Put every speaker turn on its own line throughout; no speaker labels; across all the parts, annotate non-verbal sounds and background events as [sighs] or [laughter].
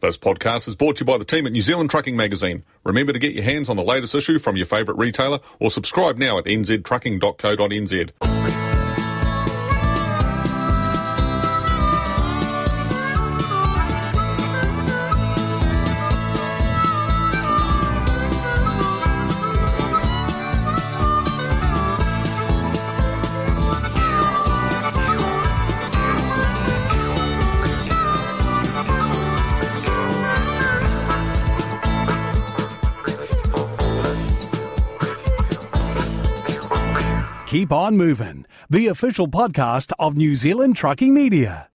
This podcast is brought to you by the team at New Zealand Trucking Magazine. Remember to get your hands on the latest issue from your favourite retailer or subscribe now at nztrucking.co.nz.
Keep on moving, the official podcast of New Zealand Trucking Media.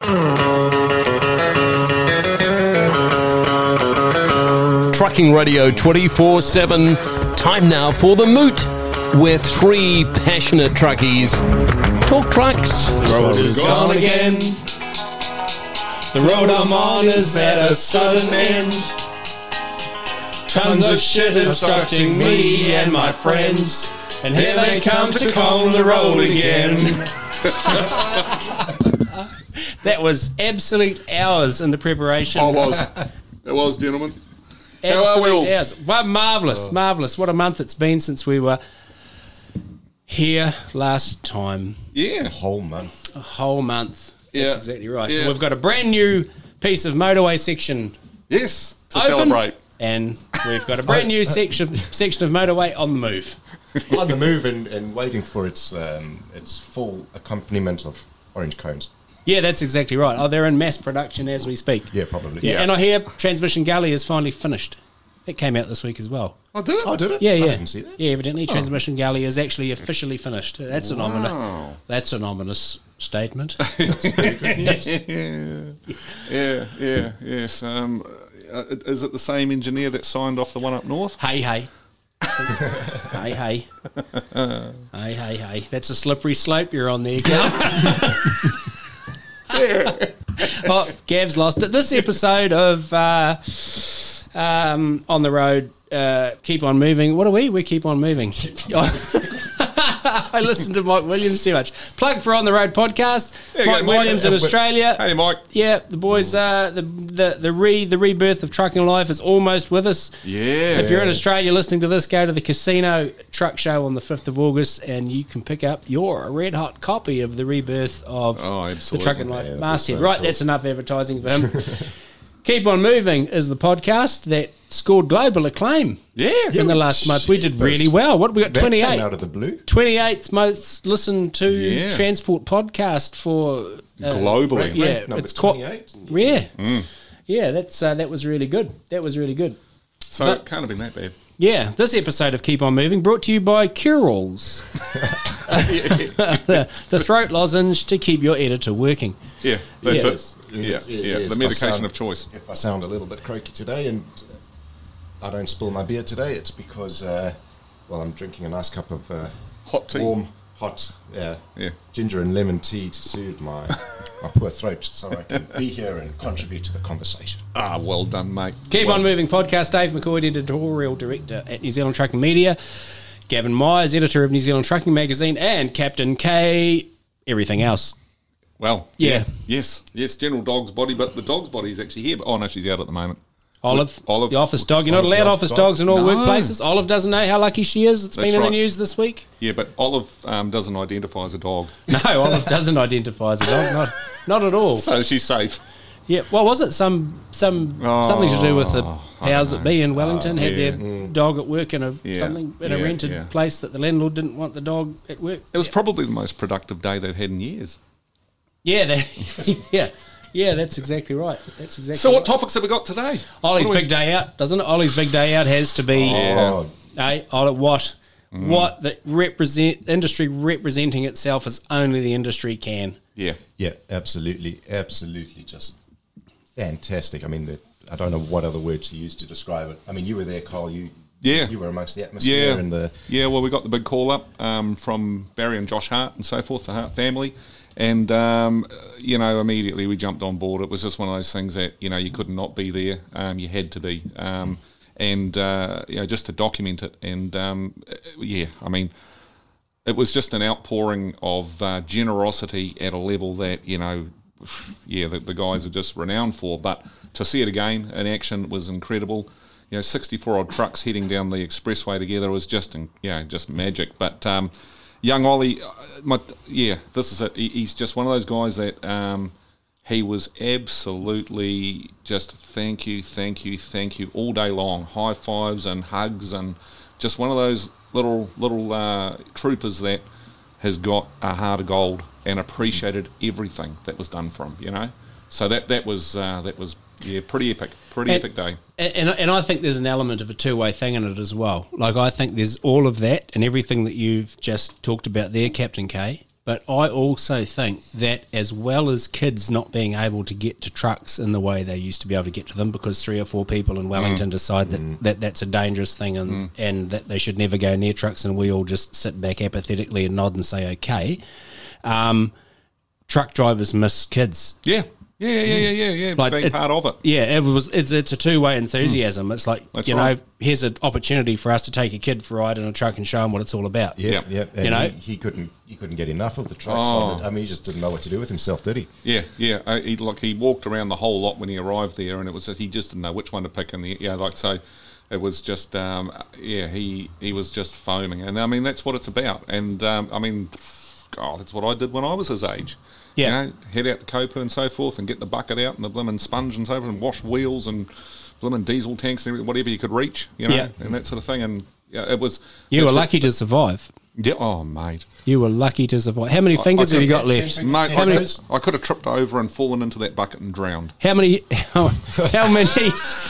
Trucking Radio 24 7. Time now for the moot, where three passionate truckies talk trucks.
road is
gone again.
The road I'm on is at a sudden end. Tons of shit obstructing me and my friends. And here they come to comb the road again. [laughs] that was absolute hours in the preparation.
I was. It was, gentlemen.
Absolute
How are we all? Oh.
hours. Well, marvelous, marvelous. What a month it's been since we were here last time.
Yeah.
A whole month. That's
Yeah.
exactly right.
Yeah.
And we've got a brand new piece of motorway section
Yes. To
open,
celebrate.
And we've got a brand
[laughs] Uh,
new section section of motorway on the move.
[laughs] on the move and, and waiting for its um, its full accompaniment of orange cones.
Yeah, that's exactly right. Oh, they're in mass production as we speak.
Yeah, probably.
Yeah, and I hear Transmission Gully is finally finished. It came out this week as well.
I did it.
Oh, did it?
Yeah, yeah.
I didn't see that.
Yeah, evidently Transmission Gully is actually officially finished. That's an ominous. That's an ominous
[laughs]
statement.
[laughs] Yeah, yeah, yes. Um, uh, is it the same engineer that signed off the one up north?
hey, [laughs] hey. hey, hey. Hey, hey, hey. That's a slippery slope you're on there, Gav. [laughs] oh, Gav's lost it. This episode of uh, um, On the Road, uh, Keep On Moving. What are we? We keep on moving. [laughs] I listen to Mike Williams too much. Plug for On the Road podcast.
you go,
Mike
Mike.
Williams in
Yeah, we-
Australia.
Hey, Mike.
Yeah, the boys. Uh, the the the re the rebirth of trucking life is almost with us.
Yeah.
If you're in Australia listening to this, go to the Casino Truck Show on the 5th of August and you can pick up your red hot copy of the rebirth of
Oh,
the
absolutely.
Trucking Life
Yeah, that's
Masthead.
so
Right,
cool.
that's enough advertising for him.
[laughs]
Keep on Moving is the podcast that scored global acclaim
Yeah.
in the
well,
last month. We did
jeepers.
really well. What we got?
That
Twenty
came out
eight.
of the blue.
28th most listened to
Yeah.
transport podcast for uh,
Globally.
yeah,
Ranked number
it's quite-
28.
yeah
Mm.
yeah that's uh, that was really good that was really good
So
But-
it can't have been that bad.
yeah, this episode of Keep On Moving brought to you by [laughs] Curals, the throat lozenge to keep your editor working.
Yeah, that's
Yeah.
it. Yeah,
Yes,
yeah,
yes.
the
If I
medication
sound-
of choice.
If I sound a little bit croaky today and uh, I don't spill my beer today, it's because, uh, well, I'm drinking a nice cup of uh,
Hot tea.
warm, hot yeah,
Yeah.
ginger and lemon tea to soothe my, my poor throat so I can be here and contribute to the conversation.
Ah, well done, mate.
Keep
Well-
On Moving podcast, Dave McCoy, editorial director at New Zealand Trucking Media, Gavin Myers, editor of New Zealand Trucking Magazine, and Captain K, everything else.
Well,
Yeah.
yes, yes. General dog's body, but the dog's body is actually here. But oh no, she's out at the moment.
Olive,
Olive.
the office dog. You're not
Olive,
allowed
the
office
office dog.
dogs in all
No.
workplaces. Olive doesn't know how lucky she is. It's
That's
been in
right.
the news this week.
Yeah, but Olive um, doesn't identify as a dog, [laughs]
No, Olive doesn't identify as a dog. Not, not at all.
so she's safe.
Yeah, well, was it some some something to do with the
Oh,
powers that be in Wellington had
yeah. Mm.
their dog at work in a
Yeah,
something in
yeah,
a rented
yeah.
place that the landlord didn't want the dog at work?
It was probably the most productive day they've had in years.
Yeah, they, [laughs] yeah, yeah. That's exactly right. That's exactly.
So, what
right.
topics have we got today?
Ollie's
What do we-
big day out doesn't it? Ollie's big day out has to be.
Oh,
Hey, Ollie, what?
Mm.
What the represent industry representing itself as only the industry can.
Yeah,
Yeah, absolutely, absolutely, just fantastic. I mean, the, I don't know what other word to use to describe it. I mean, you were there, Carl. You
Yeah.
you were amongst the atmosphere
yeah,
and the
yeah. Well, we got the big call up um, from Barry and Josh Hart and so forth, the Hart family, and um, you know immediately we jumped on board. It was just one of those things that you know you could not be there, um, you had to be, um, and uh, you know just to document it. And um, uh, yeah, I mean, it was just an outpouring of uh, generosity at a level that you know [sighs] yeah, the, the guys are just renowned for. But to see it again in action was incredible. You know, 64 odd trucks heading down the expressway together was just, in, yeah, just magic. But um, young Ollie, uh, my, yeah, this is it. He, he's just one of those guys that um, he was absolutely just thank you, thank you, thank you all day long. High fives and hugs and just one of those little little uh, troopers that has got a heart of gold and appreciated everything that was done for him. You know, so that that was uh, that was yeah, pretty epic, pretty
And-
epic day.
And, and, and I think there's an element of a two way thing in it as well. Like, I think there's all of that and everything that you've just talked about there, Captain K. But I also think that as well as kids not being able to get to trucks in the way they used to be able to get to them because three or four people in Wellington decide that, that that's a dangerous thing and, and that they should never go near trucks and we all just sit back apathetically and nod and say, okay. Um, truck drivers miss kids
Yeah, yeah, yeah, yeah, yeah, yeah. yeah.
Like,
Being
it-
part of it.
yeah, it was. It's, it's a two way enthusiasm. It's like
Hmm. That's
you
right.
know, here's an opportunity for us to take a kid for a ride in a truck and show him what it's all about.
Yeah,
Yep.
yeah. And
You know?
he, he couldn't he couldn't get enough of the trucks.
Oh.
On it. I mean, he just didn't know what to do with himself, did he?
Yeah, yeah. Uh, he, like he walked around the whole lot when he arrived there, and it was just, he just didn't know which one to pick. And the yeah, like so, it was just um, yeah. He he was just foaming, and I mean that's what it's about. And um, I mean, God, that's what I did when I was his age.
Yeah.
you know, head out to Copa and so forth, and get the bucket out and the blimmin' sponge and so forth, and wash wheels and blimmin' diesel tanks and everything, whatever you could reach, you know,
Yeah.
and that sort of thing. And yeah, it was
You
that's
were
what-
lucky to survive.
Yeah, oh mate.
You were lucky to survive. How many fingers
I
have you got
couldn't-
left?
Ten
Mate,
How
I
many-
could, I could have tripped over and fallen into that bucket and drowned.
How many? How, how many?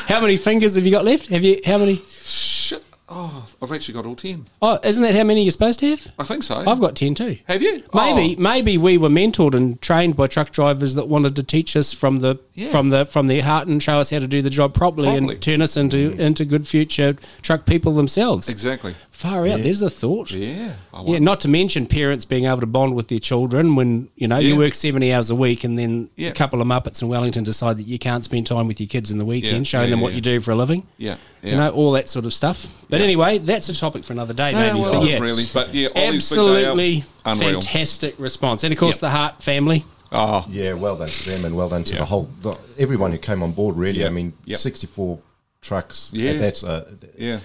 How many fingers have you got left? Have you? How many?
Shit. Oh, I've actually got all 10.
Oh, isn't that how many you're supposed to have?
I think so.
I've got ten too.
Have you?
Maybe,
Oh.
maybe we were mentored and trained by truck drivers that wanted to teach us from the
Yeah.
from the from their heart and show us how to do the job properly,
Properly. Mm.
and turn us into into good future truck people themselves.
Exactly.
Far out. There's a thought.
Yeah. I
Yeah,
wonder.
not to mention parents being able to bond with their children when you know
Yeah.
you work seventy hours a week, and then
Yeah.
a couple of muppets in Wellington decide that you can't spend time with your kids in the weekend,
Yeah,
showing
yeah,
them
yeah,
what
yeah.
you do for a living.
Yeah, yeah.
you know all that sort of stuff. But anyway, that's a topic for another day, maybe.
well,
but
it was
yeah,
really- but yeah, Ollie's big day out,
absolutely
unreal.
fantastic response, and of course
Yep.
the Hart family.
Oh,
Yeah, well done to them, and well done to
Yeah.
the whole the, everyone who came on board. Really,
Yeah.
I mean,
Yeah.
sixty-four trucks.
Yeah.
that's a
yeah.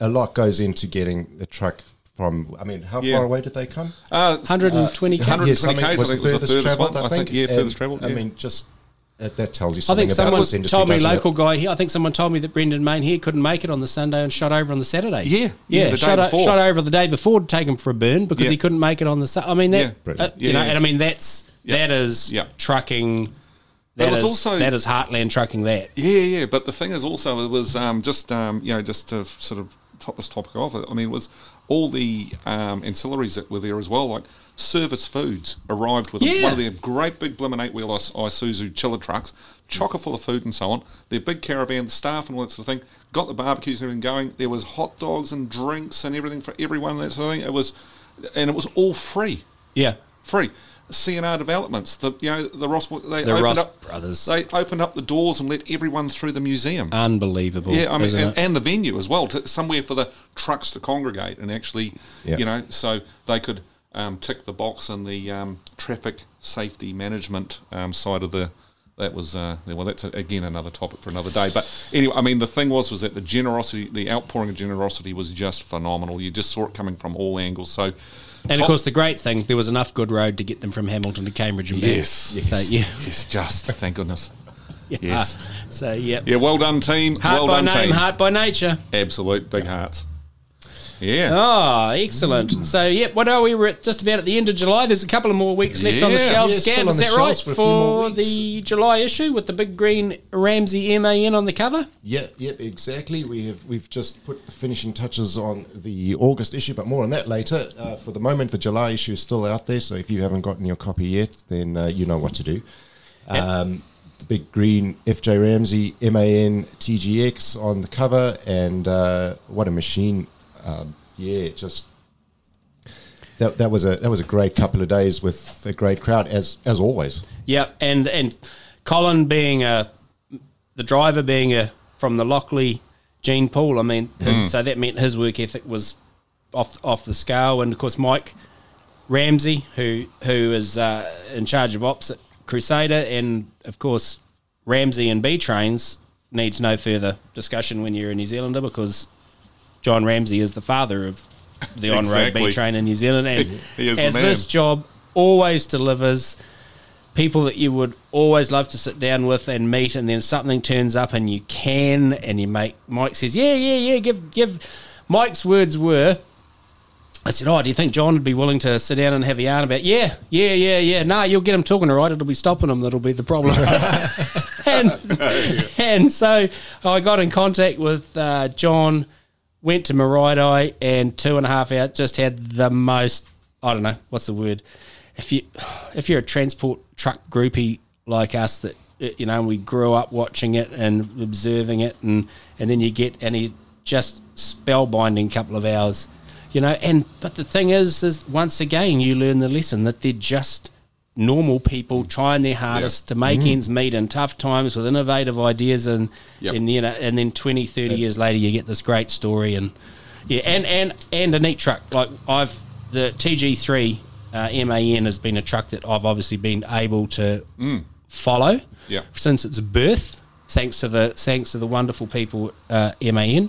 a lot goes into getting a truck from. I mean, how
Yeah.
far away did they come?
Uh,
120
120
Yes, I mean,
k's, I think was the furthest
travelled,
one. I think, yeah,
And,
furthest travelled,
I
yeah.
mean, just that, that tells
I
you something
think
about
someone
this industry.
told me
doesn't it?
local guy here. I think someone told me that Brendan Main here couldn't make it on the Sunday and shot over on the Saturday.
Yeah, yeah,
yeah,
the day
shot, o-
before.
shot over the day before to take him for a burn because
Yeah.
he couldn't make it on the. Su- I mean
Yeah.
that,
Brilliant.
uh, you know,
Yeah.
and I mean that's that is
Yeah.
trucking. That
was
is
also-
that is heartland trucking. That
Yeah, yeah. But the thing is, also, it was um, just um, you know, just to sort of top this topic off. I mean, it was all the um, ancillaries that were there as well, like Service Foods arrived with
Yeah.
one of their great big blimmin' eight wheel Is- Isuzu chiller trucks, chocker full of food and so on. Their big caravan, the staff and all that sort of thing. Got the barbecues and everything going. There was hot dogs and drinks and everything for everyone. and That sort of thing. It was, and it was all free
yeah,
free. CNR Developments, the you know the Ross they
The
opened
Ross
up,
brothers.
They opened up the doors and let everyone through the museum.
unbelievable.
yeah, I mean,
isn't
and,
it?
and the venue as well, to, somewhere for the trucks to congregate and actually,
Yeah.
you know, so they could um, tick the box in the um, traffic safety management um, side of the. That was uh, well. That's again another topic for another day. But anyway, I mean, the thing was was that the generosity, the outpouring of generosity, was just phenomenal. You just saw it coming from all angles. So,
And of course, the great thing there was enough good road to get them from Hamilton to Cambridge and back.
Yes. Yes.
So yeah, [laughs]
Yes, just thank goodness.
yes.
Yes.
So yeah,
Yeah, well done, team.
heart
well
by
done,
name,
team.
heart by nature.
Absolute big hearts. Yeah.
Ah, excellent. So, yep, what are we? We're at just about at the end of July. There's a couple of more weeks left on the
Yeah.
shelves.
Yeah, still
Gav,
on
is
the
that right?
shelves
For,
for a few more weeks.
the July issue with the big green Ramsey MAN on the cover?
Yeah, yep, exactly. We have we've just put the finishing touches on the August issue, but more on that later. Uh, for the moment, the July issue is still out there, so if you haven't gotten your copy yet, then uh, you know what to do. Um, the big green FJ Ramsey MAN TGX on the cover, and uh, what a machine! Um, yeah, just that, that was a that was a great couple of days with a great crowd as as always.
Yep, and and Colin being a the driver being a from the Lockley Gene Pool. I mean, so that meant his work ethic was off off the scale, and of course Mike Ramsey, who who is uh, in charge of ops at Crusader and, of course, Ramsey and B Trains needs no further discussion when you're a New Zealander because John Ramsey is the father of the on road
Exactly.
B train in New Zealand. And
He is the
as
man.
this job always delivers people that you would always love to sit down with and meet, and then something turns up and you can, and you make Mike says, yeah, yeah, yeah, give give. Mike's words were, I said, oh, do you think John would be willing to sit down and have a yarn about? Yeah, yeah, yeah, yeah. Nah, you'll get him talking, all right. It'll be stopping him that'll be the problem.
[laughs]
[laughs] and, and so I got in contact with uh, John went to Maraidai and two and a half out just had the most I don't know what's the word if you [sighs] if you're a transport truck groupie like us that uh, you know we grew up watching it and observing it and and then you get any just spellbinding couple of hours you know and but the thing is is once again you learn the lesson that they're just normal people trying their hardest to make ends meet in tough times with innovative ideas and
Yep.
and you know and then 20 30 years later you get this great story and yeah and and and a neat truck like I've the TG3 uh, MAN has been a truck that I've obviously been able to follow
Yeah.
since its birth thanks to the thanks to the wonderful people at uh, MAN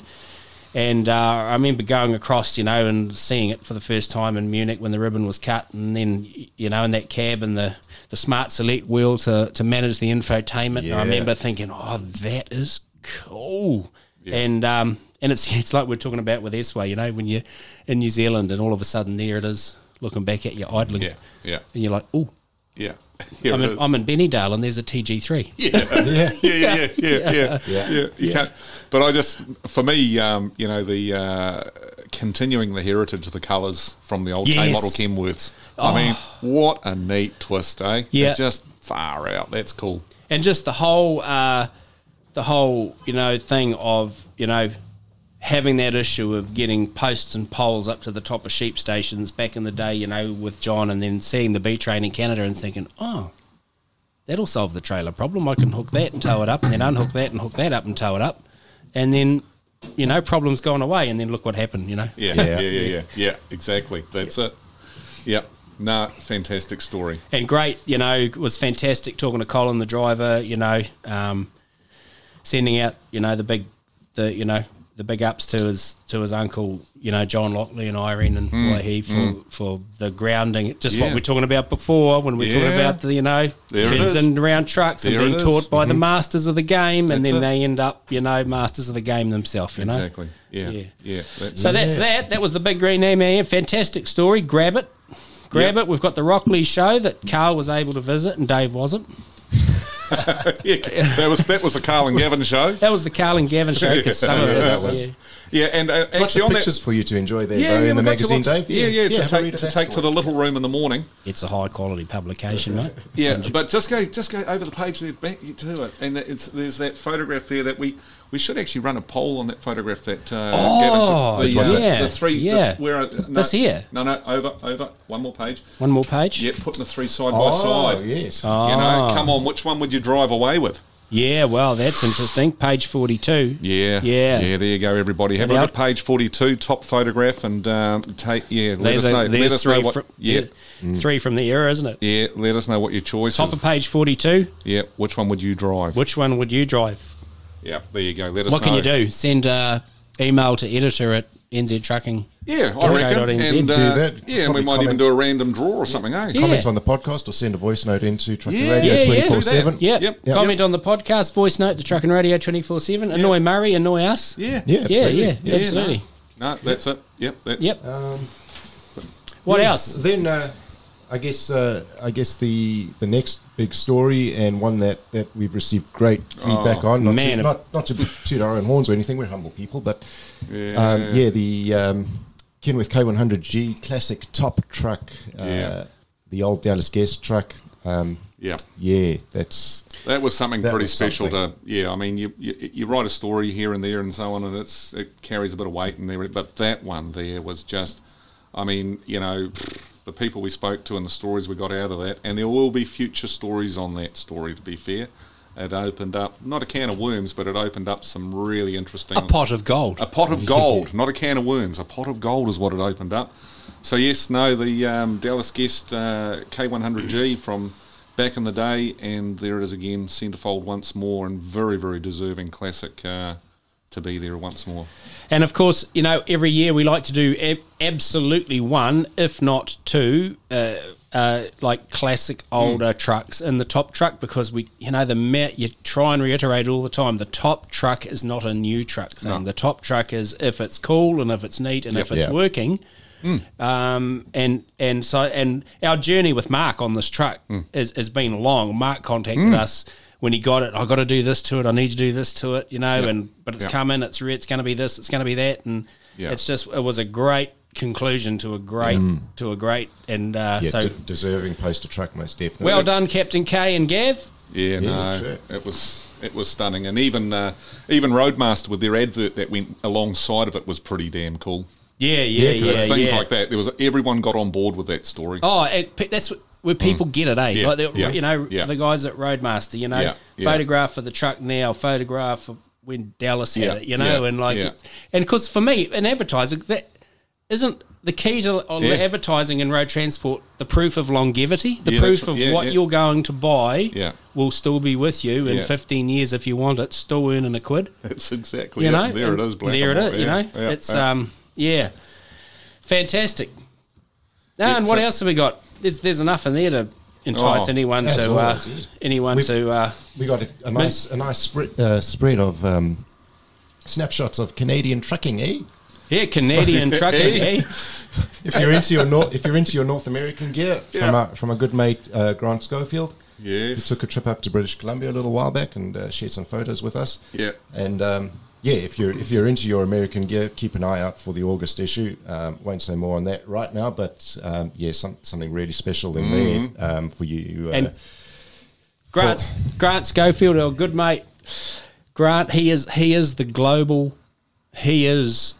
and uh, I remember going across, you know, and seeing it for the first time in Munich when the ribbon was cut, and then you know, in that cab and the, the smart select wheel to, to manage the infotainment. And I
Yeah.
remember thinking, oh, that is cool. And um, and it's [laughs] it's like we're talking about with this way, you know, when you're in New Zealand and all of a sudden there it is, looking back at you idling,
Yeah, yeah,
and you're like, oh,
yeah. Here
I'm
it
in,
is.
I'm in Bennydale, and there's a TG3. [laughs]
[laughs] yeah, yeah, yeah, yeah, yeah, yeah. You can't. But I just, for me, um, you know, the uh, continuing the heritage of the colours from the old K
Yes. Oh.
model Kenworths. I mean, what a neat twist, eh? They're
Yeah.
just far out. That's cool.
and just the whole uh, the whole you know thing of you know having that issue of getting posts and poles up to the top of sheep stations back in the day you know with john and then seeing the b train in canada and thinking oh that'll solve the trailer problem i can hook that and tow it up and then unhook that and hook that up and tow it up and then you know problem's gone away and then look what happened you know
Yeah, yeah, yeah,
Yeah.
yeah, yeah. exactly. That's it. Yep. Nah, fantastic story.
and great, you know, it was fantastic talking to Colin, the driver, you know, um, sending out, you know, the big, the, you know, the big ups to his, to his uncle, you know, John Lockley and Irene and Waihi for, for the grounding, just
Mm, Yeah.
what we're talking about before when we're talking
Yeah.
about the, you know,
There it
kids
is.
in round trucks
There
and
it
being
is. Mm-hmm.
taught by the masters of the game and
That's
then
it.
they end up, you know, masters of the game themselves, you know.
Exactly. Yeah. Yeah.
Yeah.
that's
So
it.
that's that. That was the big green man. Fantastic story. Grab it. Grab
Yep.
it. We've got the Rockley show that Carl was able to visit and Dave wasn't.
Yeah, that was that was the Carl and Gavin show.
That was the Carl and Gavin show because some
[laughs]
of
Yeah,
us.
that was.
yeah.
Yeah, and uh,
Lots
actually
of
on that,
pictures for you to enjoy there,
yeah,
though,
yeah,
in the
we've got to
magazine,
watch-
Dave.
Yeah, yeah, to
have a
take
read of
to
that
take to
story.
the little room in the morning.
It's a high quality publication, mate.
Yeah, but just go just go over the page there back you to it, and that- it's there's that photograph there that we we should actually run a poll on that photograph that uh,
Oh,
Gavin took.
which
The,
one's that?
the three.
Yeah.
the, where, are- no,
This here?
No, no, over over one more page.
[laughs] One more page.
Yeah, putting the three side
Oh,
by side.
yes.
Uh,
You know, come on, which one would you drive away with?
Yeah, well, that's interesting. Page 42.
Yeah,
Yeah.
yeah. There you go, everybody. Have a
Yeah.
look at page forty-two, top photograph, and um, take. Yeah, let
There's,
us
a-
know.
there's
Let us
three,
know what.
from,
yeah, Mm.
three from the era, isn't it?
yeah. Let us know what your choice
Top
is.
of page 42.
yeah, which one would you drive?
Which one would you drive?
Yeah, there you go. Let us.
what can
know.
you do? Send uh, email to editor at NZ Trucking.
Yeah, I reckon.
NZ.
And, uh,
Do that.
Yeah, and
Probably
we might even
comment.
do a random draw or something, eh?
Yeah.
Comment on the podcast or send a voice note into Trucking
Yeah,
Radio
yeah, yeah.
24 7.
Yep.
Yep.
Yep.
Comment on the podcast, voice note, the truck and radio 24 7. Annoy Murray, annoy us.
Yeah.
Yeah,
Yeah,
absolutely. Um,
yeah,
Yeah,
absolutely.
No, no, that's it. Yep, that's
Yep. what else?
Then uh, I guess uh, I guess the the next big story and one that, that we've received great feedback on. Not
Oh, man.
to, not, not to toot our own horns or anything. We're humble people, but yeah, um, yeah the um, Kenworth K100G classic top truck, uh,
Yeah.
the old Dallas gas truck. Um,
Yep.
yeah, that's
That was something
That
pretty
was
special
something.
to yeah. I mean, you, you you write a story here and there and so on, and it's it carries a bit of weight and there. But that one there was just, I mean, you know, the people we spoke to and the stories we got out of that, and there will be future stories on that story. To be fair, it opened up not a can of worms, but it opened up some really interesting
of gold.
a
[laughs]
pot of gold, not a can of worms. A pot of gold is what it opened up. So yes, no, the um, Dallas guest uh, K100G from back in the day, and there it is again, centrefold once more, and very, very deserving classic uh, to be there once more.
And of course, you know, every year we like to do ab- absolutely one, if not two, uh, uh, like classic older trucks in the top truck because we, you know, the met you try and reiterate all the time. The top truck is not a new truck thing. The top truck is if it's cool and if it's neat and if it's
Yeah.
working. Um, and and so and our journey with Mark on this truck
Hmm.
is, has been long. Mark contacted us when he got it. I got to do this to it. I need to do this to it. You know, and but it's
Yeah.
coming. It's re- it's going to be this. It's going to be that. And
Yeah. Hmm.
it's just it was a great conclusion to a great to a great and uh,
Yeah,
so
de- deserving poster truck, most definitely.
uh,
well done, Captain K and Gav.
Yeah, no,
shit.
it was it was stunning, and even uh, even Roadmaster with their advert that went alongside of it was pretty damn cool.
Yeah, yeah, yeah,
'Cause it's
yeah.
things like that. There was everyone got on board with that story.
Oh, it, pe- that's what- where people get it, eh?
Mm. Yeah,
Like the,
yeah,
you know,
yeah.
the guys at Roadmaster, you know,
Yeah, yeah.
photograph of the truck now, photograph of when Dallas had
Yeah,
it, you know,
yeah,
and like,
yeah.
it's- and because for me, an advertiser that isn't the key to on
Yeah.
the advertising in road transport the proof of longevity, the
Yeah, that's
proof
right.
of
Yeah,
what
yeah.
you're going to buy
Yeah.
will still be with you in
Yeah.
15 years if you want it, still earning a quid
That's exactly
you
it.
know
there it
and
is. Black
there it
and white.
is you
Yeah,
know
yeah,
it's
yeah.
um yeah fantastic now
Yeah,
and what
so-
else have we got there's there's enough in there to entice
Oh,
anyone
as
to
always,
uh,
yeah.
anyone
We-
to uh
We got a, a nice, a nice spread, uh, spread of um, snapshots of Canadian trucking, eh?
yeah
[laughs]
canadian trucking eh?
If you're into your North, if you're into your North American gear, from,
Yeah.
a, from a good mate uh, Grant Schofield,
Yes.
who took a trip up to British Columbia a little while back and uh, shared some photos with us.
Yeah.
and um, yeah, if you're if you're into your American gear, keep an eye out for the August issue. Um, won't say more on that right now, but um, yeah, some, something really special in
Mm-hmm.
there um, for you. Uh,
And- grant grant schofield our good mate grant he is he is the global he is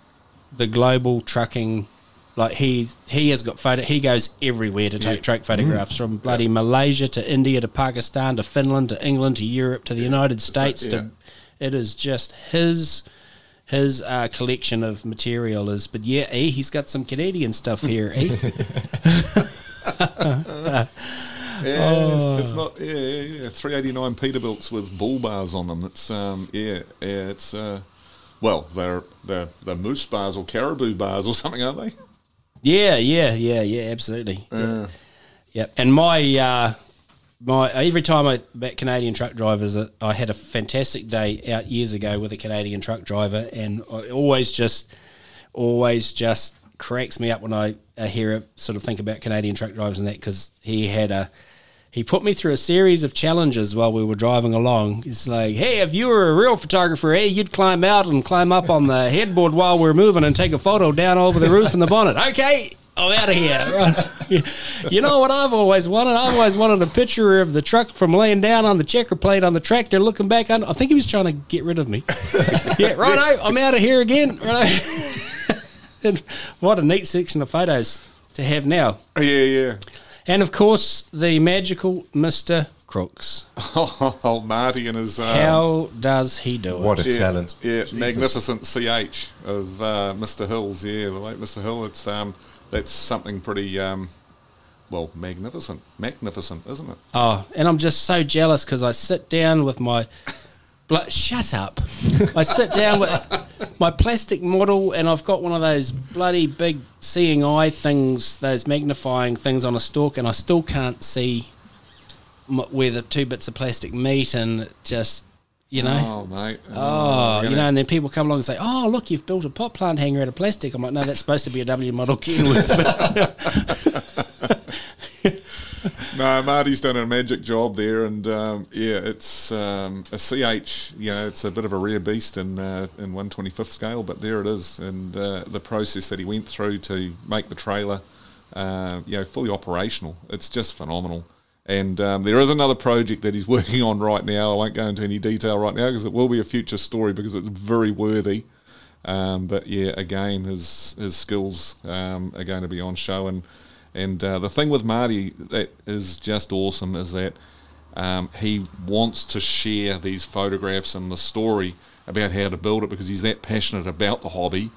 the global trucking like he he has got photo he goes everywhere to take truck photographs from bloody Malaysia to India to Pakistan to Finland to England to Europe to the United States to it is just his his uh, collection of material is but yeah eh, he's got some Canadian stuff here eh?
Yes,
Oh.
it's not. Yeah, yeah, yeah. Three eighty nine Peterbilts with bull bars on them. It's um, yeah, yeah. It's uh, well, they're they're they're moose bars or caribou bars or [laughs] something, aren't they?
Yeah, yeah, yeah, yeah, absolutely. Yeah. Yep. And my uh, my every time I met Canadian truck drivers, uh, I had a fantastic day out years ago with a Canadian truck driver, and I always just always just cracks me up when I uh, hear it, sort of think about Canadian truck drivers and that because he had a he put me through a series of challenges while we were driving along. It's like, hey, if you were a real photographer, hey, you'd climb out and climb up on the headboard while we're moving and take a photo down over the roof and the bonnet. Okay, I'm out of Oh, here. Right. [laughs] You know what I've always wanted? I've always wanted a picture of the truck from laying down on the checker plate on the tractor looking back on. I think he was trying to get rid of me. [laughs] yeah, right. I'm out of here again. Right. [laughs] and what a neat section of photos to have now.
Yeah, yeah.
And of course, the magical Mr. Crooks.
[laughs] Oh, Marty and his um,
How does he do it?
what a
yeah,
talent!
Yeah, magnificent CH of uh, Mr. Hill's. Yeah, the late Mr. Hill. It's um, that's something pretty um, well, magnificent, magnificent, isn't it?
Oh, and I'm just so jealous because I sit down with my. Bla- Shut up. I sit down with my plastic model, and I've got one of those bloody big seeing eye things, those magnifying things on a stalk, and I still can't see m- where the two bits of plastic meet, and it just, you know.
Oh, mate.
Oh, you
you're gonna-
know, and then people come along and say, "Oh, look, you've built a pot plant hanger out of plastic." I'm like, "No, that's supposed to be a W model Kenworth."
[laughs] No, Marty's done a magic job there, and um, yeah, it's um, a CH. You know, it's a bit of a rare beast in uh, in one twenty fifth scale, but there it is, and uh, the process that he went through to make the trailer, uh, you know, fully operational. It's just phenomenal. And um, there is another project that he's [laughs] working on right now. I won't go into any detail right now because it will be a future story because it's very worthy. Um, but yeah, again, his his skills um, are going to be on show, and and uh, the thing with Marty that is just awesome is that um, he wants to share these photographs and the story about how to build it because he's that passionate about the hobby.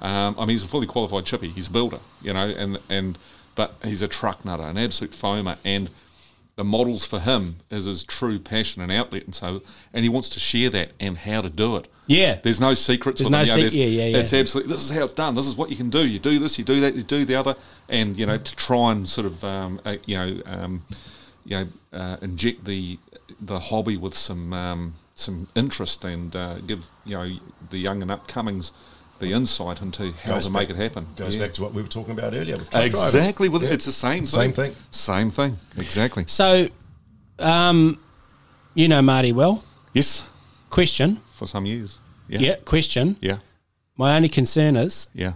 Um, I mean, he's a fully qualified chippy. He's a builder, you know, and and but he's a truck nutter, an absolute foamer, and the models for him is his true passion and outlet, and so and he wants to share that and how to do it.
Yeah.
there's no secrets.
There's
for them,
no
you know,
sec- yeah, yeah, yeah.
It's absolutely. This is how it's done. This is what you can do. You do this. You do that. You do the other. And you know, to try and sort of um, uh, you know um, you know uh, inject the the hobby with some um, some interest and uh, give you know the young and upcomings the insight into how
Goes
to
back-
make it happen.
Goes
Yeah.
back to what we were talking about earlier with truck drivers.
Exactly. With
Yeah.
it's the same
Same
thing.
thing.
Same thing. Exactly.
So, um, you know Marty well.
Yes.
Question.
For some years. Yeah.
Yeah. Question.
Yeah.
My only concern is,
Yeah.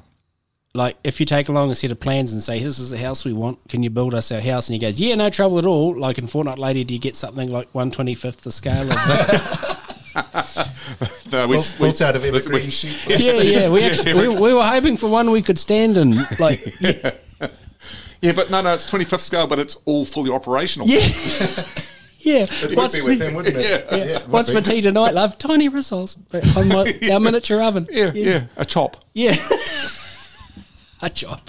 like, if you take along a set of plans and say, "This is the house we want. Can you build us our house?" and he goes, "Yeah, no trouble at all." Like in Fortnite later, do you get something like one twenty fifth the scale? Of
No, we,
Built- built out of evergreen sheep.
[laughs]
yeah, yeah. We actually we, we were hoping for one we could stand in. Like,
Yeah, but no, no, it's 25th scale, but it's all fully operational.
yeah, [laughs] yeah.
It would
What's
be with
the-
them, wouldn't it?
Yeah.
it would
What's
be.
for tea tonight, love? Tiny results on my our miniature oven.
Yeah, yeah, a chop.
Yeah. [laughs] a job.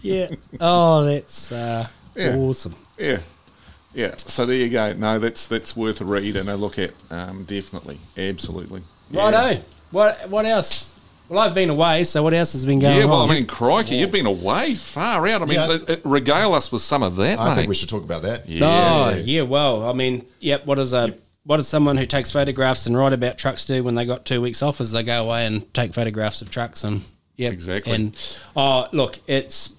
Yeah. Oh, that's uh,
Yeah.
awesome.
Yeah, yeah. So there you go. No, that's that's worth a read and a look at. Um, definitely, absolutely. Yeah.
Righto. eh? What what else? Well, I've been away, so what else has been going
Yeah, well,
on?
I mean, crikey, you've been away far out. I mean,
Yeah.
it- it- regale us with some of that,
I
mate.
think we should talk about that.
Yeah.
oh, yeah. Well, I mean, yep. What does a what does someone who takes photographs and write about trucks do when they got two weeks off? Is they go away and take photographs of trucks and yeah,
Exactly.
And oh, look, it's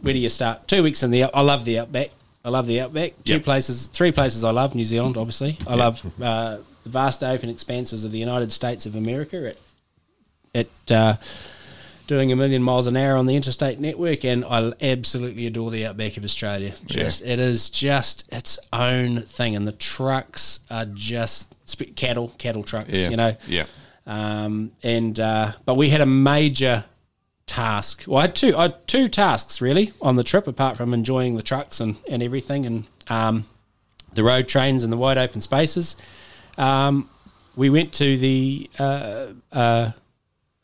where do you start? Two weeks in the out- I love the outback. I love the outback. Two
Yep.
places, three places I love. New Zealand, obviously. I love uh, the vast open expanses of the United States of America. It it uh, doing a million miles an hour on the interstate network, and I absolutely adore the outback of Australia. Just it is just its own thing, and the trucks are just sp- cattle, cattle trucks,
yeah.
you know.
Yeah.
Um, and uh, but we had a major task. Well, I had two, I had two tasks really on the trip, apart from enjoying the trucks and and everything, and um, the road trains and the wide open spaces. Um, we went to the uh, uh, uh,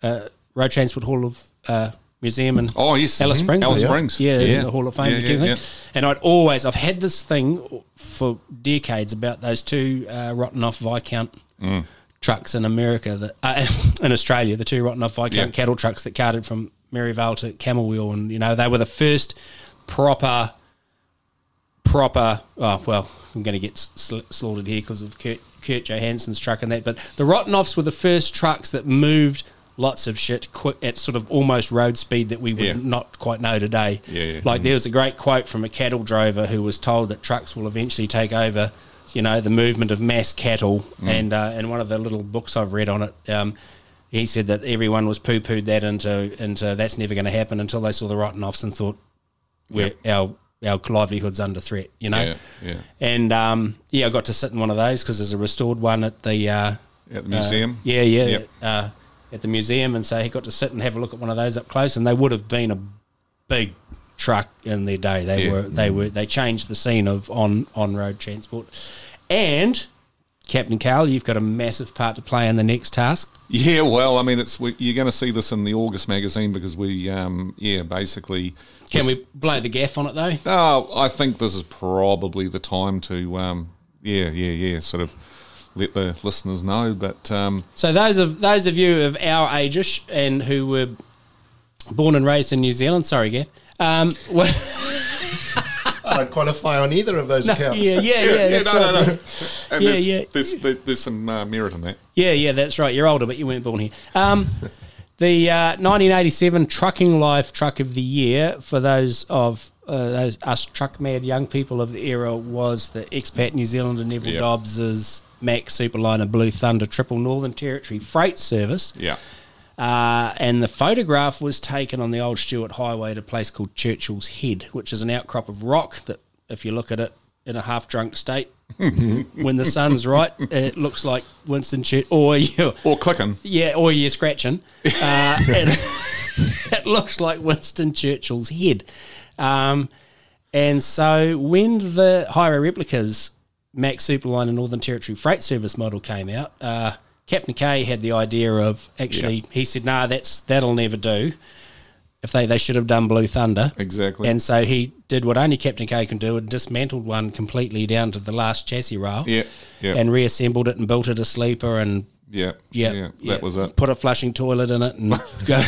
Road Transport Hall of uh, Museum and
Oh, yes.
Alice Springs.
Alice
I think.
Springs.
Yeah, the Hall of Fame. eh?
Yeah,
and
yeah,
everything.
yeah.
And I'd always, I've had this thing for decades about those two uh, rotten off Viscount
Mm.
trucks in America, that uh, [laughs] in Australia, the two rotten off Viscount
Yeah.
cattle trucks that carted from Maryvale to Camel Wheel. And, you know, they were the first proper, proper, oh, well, I'm going to get sl- slaughtered here because of Kurt, Kurt Johansson's truck and that. But the rotten offs were the first trucks that moved. Lots of shit quick at sort of almost road speed that we would
Yeah.
not quite know today.
Yeah, yeah. Mm-hmm.
Like there was a great quote from a cattle drover who was told that trucks will eventually take over, you know, the movement of mass cattle.
Mm.
And uh, in one of the little books I've read on it, um, he said that everyone was poo pooed that into into that's never going to happen until they saw the rotten offs and thought, we're, our our livelihood's under threat, you know.
Yeah, yeah.
And um, yeah, I got to sit in one of those because there's a restored one at the uh,
At the museum.
yeah, yeah.
Yep.
Uh, at the museum, and so he got to sit and have a look at one of those up close, and they would have been a big truck in their day. They
Yeah.
were, they were, they changed the scene of on on road transport. And Captain Carl, you've got a massive part to play in the next task.
Yeah, well, I mean, it's we, you're going to see this in the August magazine because we, um, yeah, basically.
Can we blow the gaff on it though?
Oh, I think this is probably the time to, um, yeah, yeah, yeah, sort of let the listeners know. But um,
So those of those of you of our ageish and who were born and raised in New Zealand, sorry, Gaff. Um, [laughs] well,
I don't qualify on either of those accounts.
yeah, yeah, yeah, that's
no,
right.
no, no. And
Yeah,
there's,
yeah.
There's, there- there's some uh, merit in that.
Yeah, yeah, that's right. You're older, but you weren't born here.
[laughs]
Um, the uh, 1987 Trucking Life Truck of the Year for those of uh, those us truck mad young people of the era was the expat New Zealander Neville
Yeah.
Dobbs's Mac Superliner Blue Thunder Triple Northern Territory Freight Service.
Yeah.
Uh, and the photograph was taken on the old Stuart Highway at a place called Churchill's Head, which is an outcrop of rock that, if you look at it in a half drunk state, [laughs] when the sun's right, it looks like Winston Churchill. Or [laughs] you,
Or clicking.
yeah, or you're scratching. Uh, it, [laughs] it looks like Winston Churchill's head. Um, and so when the Hyro replicas Max Superline and Northern Territory Freight Service model came out, uh, Captain K had the idea of actually, he said, "No, that's that'll never do." if they, they should have done Blue Thunder.
Exactly.
And so he did what only Captain K can do and dismantled one completely down to the last chassis rail.
Yeah, yeah.
And reassembled it and built it a sleeper and
yeah,
yeah,
that
yeah,
was it.
Put a flushing toilet in it
[laughs]
and go.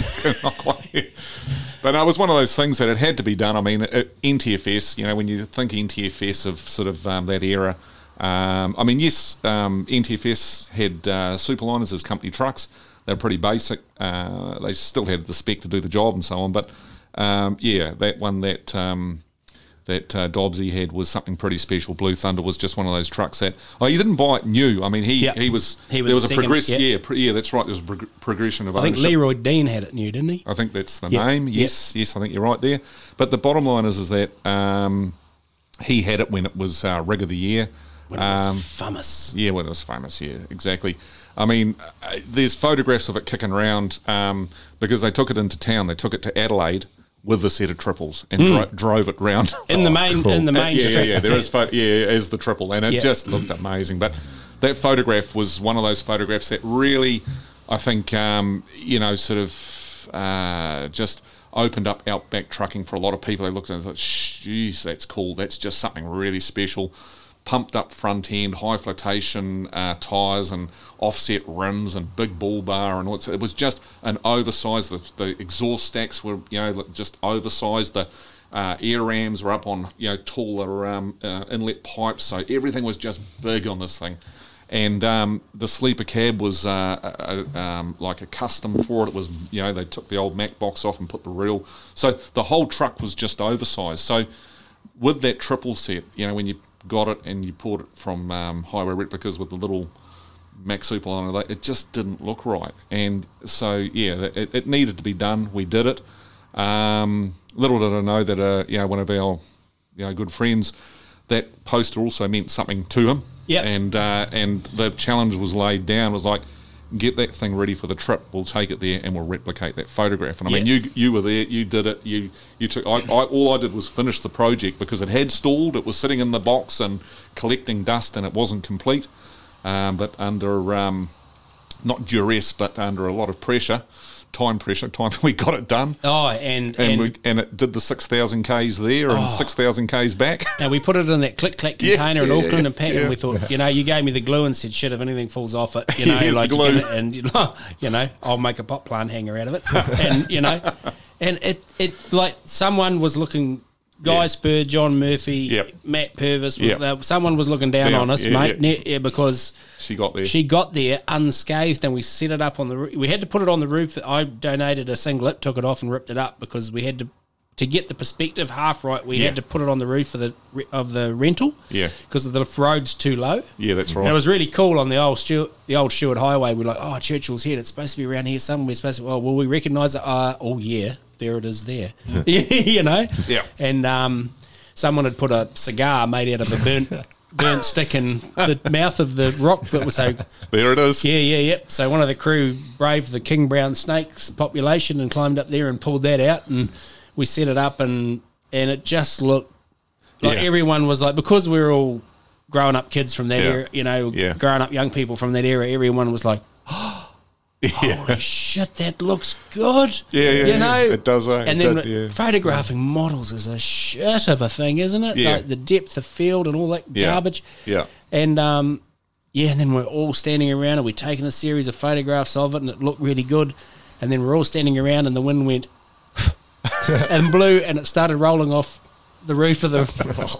but it was one of those things that it had to be done. I mean, it, NTFS, you know, when you think NTFS of sort of um, that era, um, I mean, yes, um, NTFS had uh, Superliners as company trucks. They were pretty basic. Uh, they still had the spec to do the job and so on. But um, yeah, that one that. Um, that uh, Dobbsy had was something pretty special. Blue Thunder was just one of those trucks that oh, you didn't buy it new. I mean, he
Yeah.
he was
He was
there was a
second,
progress
yeah.
yeah pro- yeah that's right there was a prog- progression of
I think
ownership.
Leroy Dean had it new, didn't he?
I think that's the
Yeah.
name.
Yeah.
Yes, yes, I think you're right there. But the bottom line is, is that um, he had it when it was uh, rig of the year.
When it
Um,
was famous.
Yeah, when it was famous. Yeah, exactly. I mean, uh, there's photographs of it kicking around um, because they took it into town. They took it to Adelaide with a set of triples
Hmm.
and dro- drove it round [laughs]
In the main, in the
uh,
main
yeah,
strip.
Yeah, yeah, there is pho- yeah, as the triple, and it
Yeah.
just looked amazing. But that photograph was one of those photographs that really, I think, um, you know, sort of uh, just opened up outback trucking for a lot of people. They looked at it and thought, "Jeez, that's cool. That's just something really special." Pumped up front end, high flotation uh, tyres and offset rims and big bull bar and all. that. It was just an oversized. The, the exhaust stacks were, you know, just oversized. The uh, air rams were up on you know taller um, uh, inlet pipes, so everything was just big on this thing. And um, the sleeper cab was uh, a, a, um, like a custom for it. It was you know they took the old Mac box off and put the real. So the whole truck was just oversized. So with that triple set, you know when you got it and you poured it from um, highway replicas with the little Mac Superliner, like, it just didn't look right. And so, yeah, that- it, it needed to be done. We did it. Um, little did I know that, uh, you know, one of our, you know, good friends, that poster also meant something to him.
Yep.
And uh, and the challenge was laid down was like, get that thing ready for the trip. We'll take it there and we'll replicate that photograph. And I mean,
Yeah.
you you were there. You did it. You you took. I, I all I did was finish the project because it had stalled. It was sitting in the box and collecting dust, and it wasn't complete. Um, but under um, not duress, but under a lot of pressure, time pressure, [laughs] time we got it done,
[laughs] Oh, and and,
and
Oh.
and, we, and it did the six thousand k's there and six thousand k's back. [laughs]
and we put it in that click clack
Yeah,
container in
yeah,
Auckland
yeah,
and packed.
yeah.
And we thought, you know, you gave me the glue and said, shit, if anything falls off it,
[laughs]
you know,
Here's the
like you
glue.
can- and [laughs] you know, you know, I'll make a pot plant hanger out of
[laughs]
it, and you know, and it it like someone was looking. Guy
Yeah.
Spur, John Murphy,
Yep.
Matt Purvis, was
Yep.
there. someone was looking down
Down,
on us,
yeah,
mate,
yeah.
ne- yeah, because
She got there.
she got there unscathed, and we set it up on the. roo- We had to put it on the roof. I donated a singlet, took it off, and ripped it up because we had to to get the perspective half right. We
Yeah.
had to put it on the roof of the re- of the rental.
Yeah.
because the road's too low.
yeah, that's right.
And it was really cool on the old Stuart, the old Stuart Highway. We're like, oh, Churchill's Head. It's supposed to be around here somewhere. It's supposed to. Well, will we recognise it? Uh, oh yeah, there it is.
[laughs]
There, [laughs] you know.
Yeah.
And um, someone had put a cigar made out of a burnt
[laughs]
burnt stick in the mouth of the rock that was so.
there it is.
Yeah, yeah, yep. So one of the crew braved the king brown snakes population and climbed up there and pulled that out, and we set it up, and and it just looked like
Yeah.
everyone was like because we were all growing up kids from that
Yeah.
era, you know,
Yeah.
growing up young people from that era. Everyone was
[laughs]
like, [gasps] "Holy shit, that looks good!"
Yeah, yeah,
you
yeah.
know,
It does, eh?
And
It
then
did, yeah.
photographing models is a shit of a thing, isn't it?
Yeah.
Like the depth of field and all that
Yeah.
garbage.
Yeah.
And um, yeah, and then we're all standing around and we're taking a series of photographs of it and it looked really good. And then we're all standing around and the wind went [laughs] and blew and it started rolling off the roof of the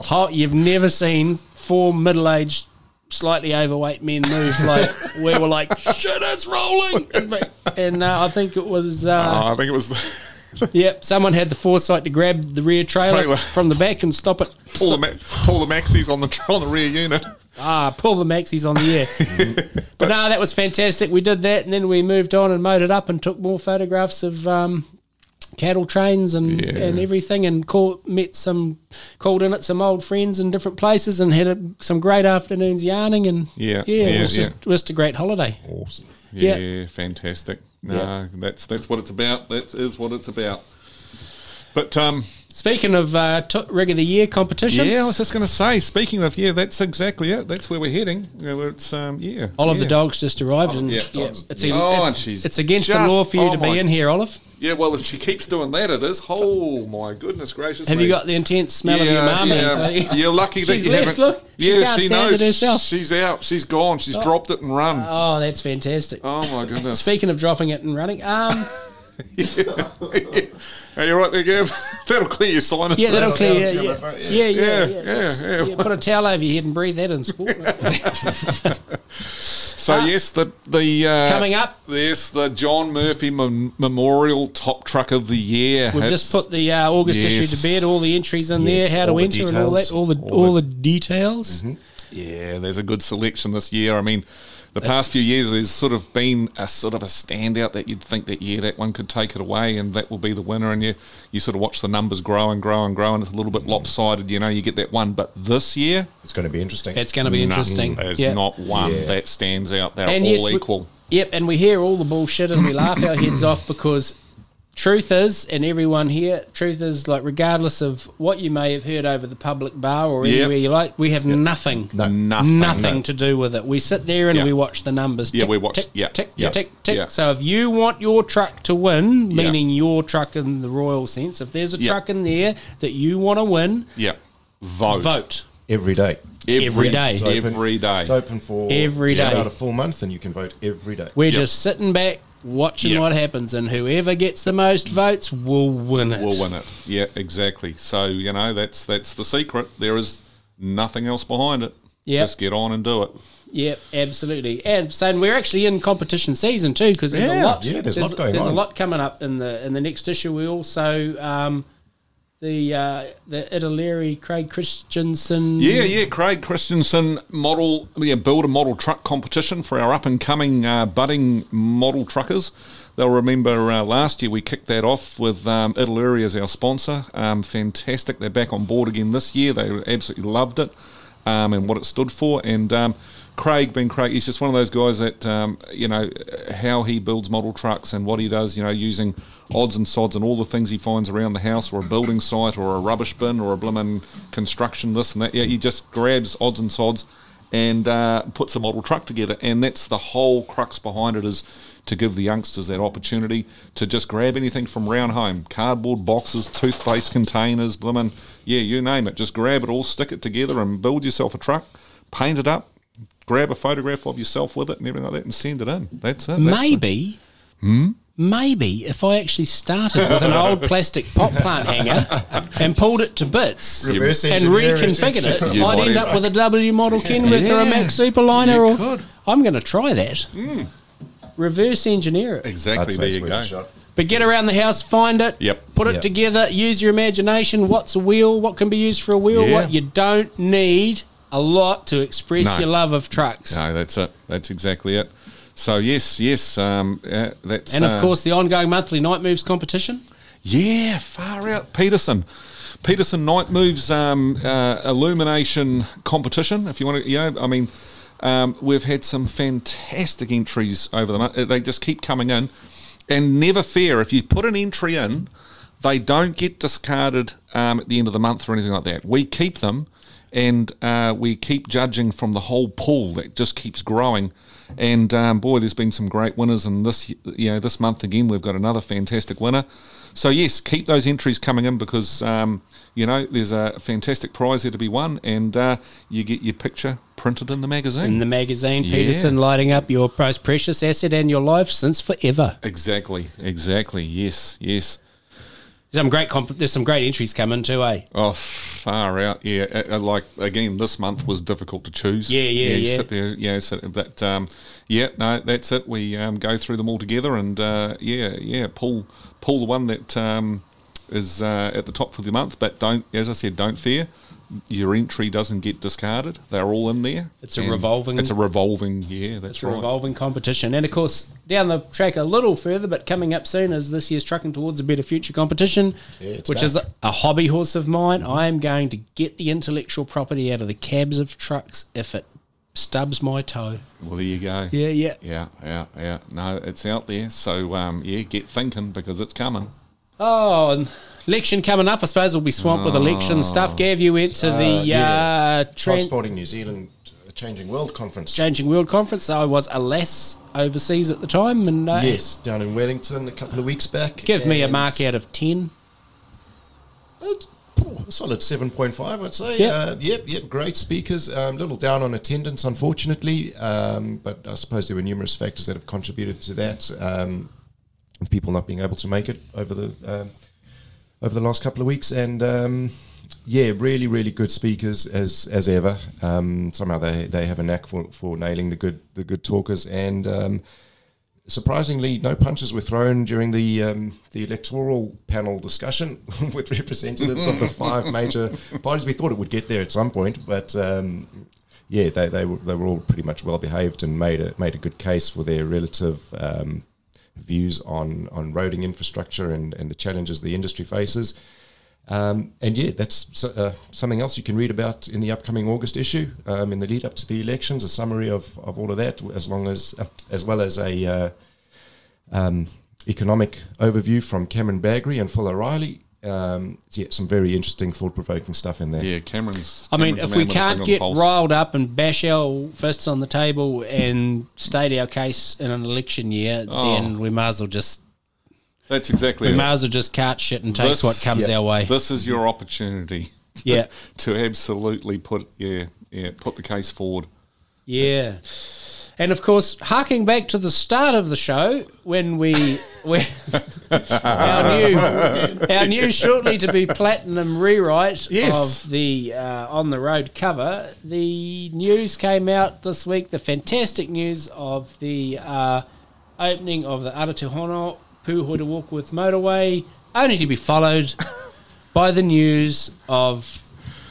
hot. You've never seen four middle aged, slightly overweight men move like we were like, shit, it's rolling. And, and uh, I think it was, uh,
Oh, I think it was.
yep, someone had the foresight to grab the rear trailer
Trailer.
from the back and stop it.
[laughs] Pull the, ma- pull the maxis on the [laughs] on the rear unit.
Ah, pull the maxis on the air.
[laughs]
but no, that was fantastic. We did that, and then we moved on and mowed it up and took more photographs of um, cattle trains and,
Yeah.
and everything, and call, met some, called in at some old friends in different places, and had a, some great afternoons yarning, and
Yeah,
yeah,
yeah,
it was
yeah.
just just a great holiday.
Awesome.
Yeah,
Yeah.
fantastic. No, that's that's what it's about. That is what it's about. But um,
Speaking of uh, to rig of the year competitions,
yeah, I was just going to say. Speaking of, yeah, that's exactly it. That's where we're heading. You know, where it's um, yeah.
Olive
yeah.
the dog's just arrived, and
yeah,
yeah,
dogs.
it's, a-
Oh,
it-
and she's
it's against the
just-
law for you
oh
to
my-
be in here, Olive.
Yeah, well, if she keeps doing that, it is. Oh my goodness gracious!
Have
me.
you got the intense smell
yeah,
of your umami? [laughs]
Yeah, [laughs] you're lucky that
She's
you
left,
haven't.
look. She
yeah,
can't
she
stand
knows
it herself.
she's out. She's gone. She's dropped it and run.
Oh, that's fantastic.
oh my goodness!
Speaking of dropping it and running,
[laughs]
um,
Are you right there, Gav? [laughs] That'll clear your sinuses.
yeah, that'll clear.
Yeah,
Yeah,
yeah.
yeah, yeah, yeah,
Yeah, yeah, yeah.
yeah, Put a towel over your head and breathe that in. Sport,
[laughs]
mate.
So yes, the the uh,
Ah. Coming up.
Yes, the John Murphy Mem- Memorial Top Truck of the Year.
We've
It's-
just put the uh, August issue
Yes.
to bed. All the entries in
Yes,
there. How to
all the
enter and all that.
details. Mm-hmm.
All the all, the, details.
Yeah, there's a good selection this year. I mean, the past few years there's sort of been a sort of a standout that you'd think that yeah, that one could take it away and that will be the winner. And you you sort of watch the numbers grow and grow and grow, and it's a little bit lopsided. You know, you get that one, but this year
It's going to be interesting.
It's going to be
no,
interesting.
There's
Yeah.
not one
Yeah.
that stands out. They're all
yes, we-
equal.
yep, and we hear all the bullshit and we laugh our heads off because truth is, and everyone here, truth is like regardless of what you may have heard over the public bar or
Yep.
anywhere you like, we have nothing,
nothing. No.
to do with it. We sit there and
Yeah.
we watch the numbers.
Yeah,
tick,
we watch-
Tick,
yeah,
tick,
yeah,
tick, tick.
yeah.
So if you want your truck to win,
Yeah.
meaning your truck in the royal sense, if there's a
Yeah.
truck in there that you want to win,
Yeah, vote.
vote.
every day.
Every day.
It's open-
Every day.
It's open for
Every
just
day.
about a full month, and you can vote every day.
We're
Yep.
just sitting back watching
Yep.
what happens, and whoever gets the most votes will win it.
We'll win it. Yeah, exactly. So you know that's that's the secret. There is nothing else behind it.
Yeah.
Just get on and do it.
Yep, absolutely. And so we're actually in competition season too because there's a
Yeah,
lot.
yeah, there's a lot going
There's a
on.
lot coming up in the in the next issue. We also um, the uh, the Italeri Craig Christensen.
Yeah, yeah. Craig Christensen model, yeah, build a model truck competition for our up and coming uh, budding model truckers. They'll remember uh, last year we kicked that off with um, Italeri as our sponsor. Um, fantastic. They're back on board again this year. They absolutely loved it um, and what it stood for. And um, Craig, being Craig, he's just one of those guys that, um, you know, how he builds model trucks and what he does, you know, using odds and sods and all the things he finds around the house or a building site or a rubbish bin or a blimmin' construction, this and that. Yeah, he just grabs odds and sods and uh, puts a model truck together. And that's the whole crux behind it is to give the youngsters that opportunity to just grab anything from round home cardboard boxes, toothpaste containers, blimmin', yeah, you name it. Just grab it all, stick it together, and build yourself a truck, paint it up, grab a photograph of yourself with it and everything like that, and send it in. That's it. That's the-
maybe.
Hmm?
Maybe if I actually started with an old plastic pot plant hanger and pulled it to bits
Reverse
and
engineer it
reconfigured
into
it,
You
I'd
might
end
end
up with a W model Kenworth or a Max Superliner.
You
Or
could. Hmm.
I'm going to try that. Reverse engineer it.
exactly.
I'd say
There
it's
you
worth
go.
a shot.
But get around the house, find it,
Yep.
put it
Yep.
together, use your imagination. What's a wheel? What can be used for a wheel?
Yeah.
What you don't need a lot to express
No.
your love of trucks.
No, that's it. That's exactly it. So yes, yes, um, uh, that's
And of
uh,
course, the ongoing monthly night moves competition.
Yeah, far out. Peterson. Peterson Night Moves um, uh, Illumination competition. If you want to, you know, I mean, um, we've had some fantastic entries over the month. They just keep coming in. And never fear, if you put an entry in, they don't get discarded um, at the end of the month or anything like that. We keep them and uh, we keep judging from the whole pool that just keeps growing. And um, boy, there's been some great winners, and this you know this month again we've got another fantastic winner. So yes, keep those entries coming in because um, you know there's a fantastic prize there to be won, and uh, you get your picture printed in the magazine.
In the magazine, Peterson lighting up your most precious asset and your life since forever.
exactly, exactly. Yes, yes.
Some great comp- there's some great entries coming too, eh?
Oh, far out. Yeah, uh, uh, like again, this month was difficult to choose.
Yeah, yeah,
You
yeah.
sit there, yeah. So that, um, yeah, no, that's it. We um, go through them all together, and uh, yeah, yeah, pull pull the one that um, is uh, at the top for the month. But don't, as I said, don't fear. Your entry doesn't get discarded. They're all in there.
It's a
And
revolving-
It's a revolving. Yeah, that's
It's a
right.
revolving competition. And of course, down the track a little further, but coming up soon is this year's Trucking Towards a Better Future competition,
it's
which
back.
is a, a hobby horse of mine. I am going to get the intellectual property out of the cabs of trucks if it stubs my toe.
Well, there you go.
Yeah, yeah.
Yeah, yeah, yeah. No, it's out there. So um, yeah, get thinking because it's coming.
Oh, and election coming up. I suppose we'll be swamped with election stuff. Gav, you went to the
yeah.
uh, Trent
Transporting New Zealand uh, Changing World Conference.
Changing World Conference. I was alas overseas at the time, and uh,
yes, down in Wellington a couple of weeks back.
give me a
and-
mark out of ten.
Uh, oh, a solid 7.5, I'd say.
Yep.
Uh, yep, yep, great speakers. A little down on attendance, unfortunately, um, but I suppose there were numerous factors that have contributed to that. Um, with people not being able to make it over the um, over the last couple of weeks, and um, yeah, really, really good speakers as as ever. Um, somehow they, they have a knack for, for nailing the good the good talkers, and um, surprisingly, no punches were thrown during the um, the electoral panel discussion [laughs] with representatives of the five major parties. We thought it would get there at some point, but um, yeah, they, they were they were all pretty much well behaved and made a made a good case for their relative um, views on on roading infrastructure and, and the challenges the industry faces. Um, and yeah, that's so- uh, something else you can read about in the upcoming August issue, um, in the lead up to the elections. A summary of, of all of that, as long as uh, as well as a uh, um, economic overview from Cameron Bagri and Phil O'Reilly. Um, so yeah, some very interesting, thought provoking stuff in there.
Yeah, Cameron's.
I mean,
Cameron's
if
a man
we
with a finger
can't
on
get
the pulse.
riled up and bash our fists on the table and state our case in an election year,
Oh.
then we may as well just
that's exactly
we
it.
may as well just cart shit and take
This-
what comes
yeah.
our way.
This is your opportunity. [laughs]
Yeah.
to absolutely put yeah yeah put the case forward.
Yeah. And of course, harking back to the start of the show when we [laughs] when our new our new shortly to be platinum rewrite
Yes.
of the uh, on the road cover, the news came out this week. The fantastic news of the uh, opening of the Aratuhono Puhoi to Walk with motorway, only to be followed by the news of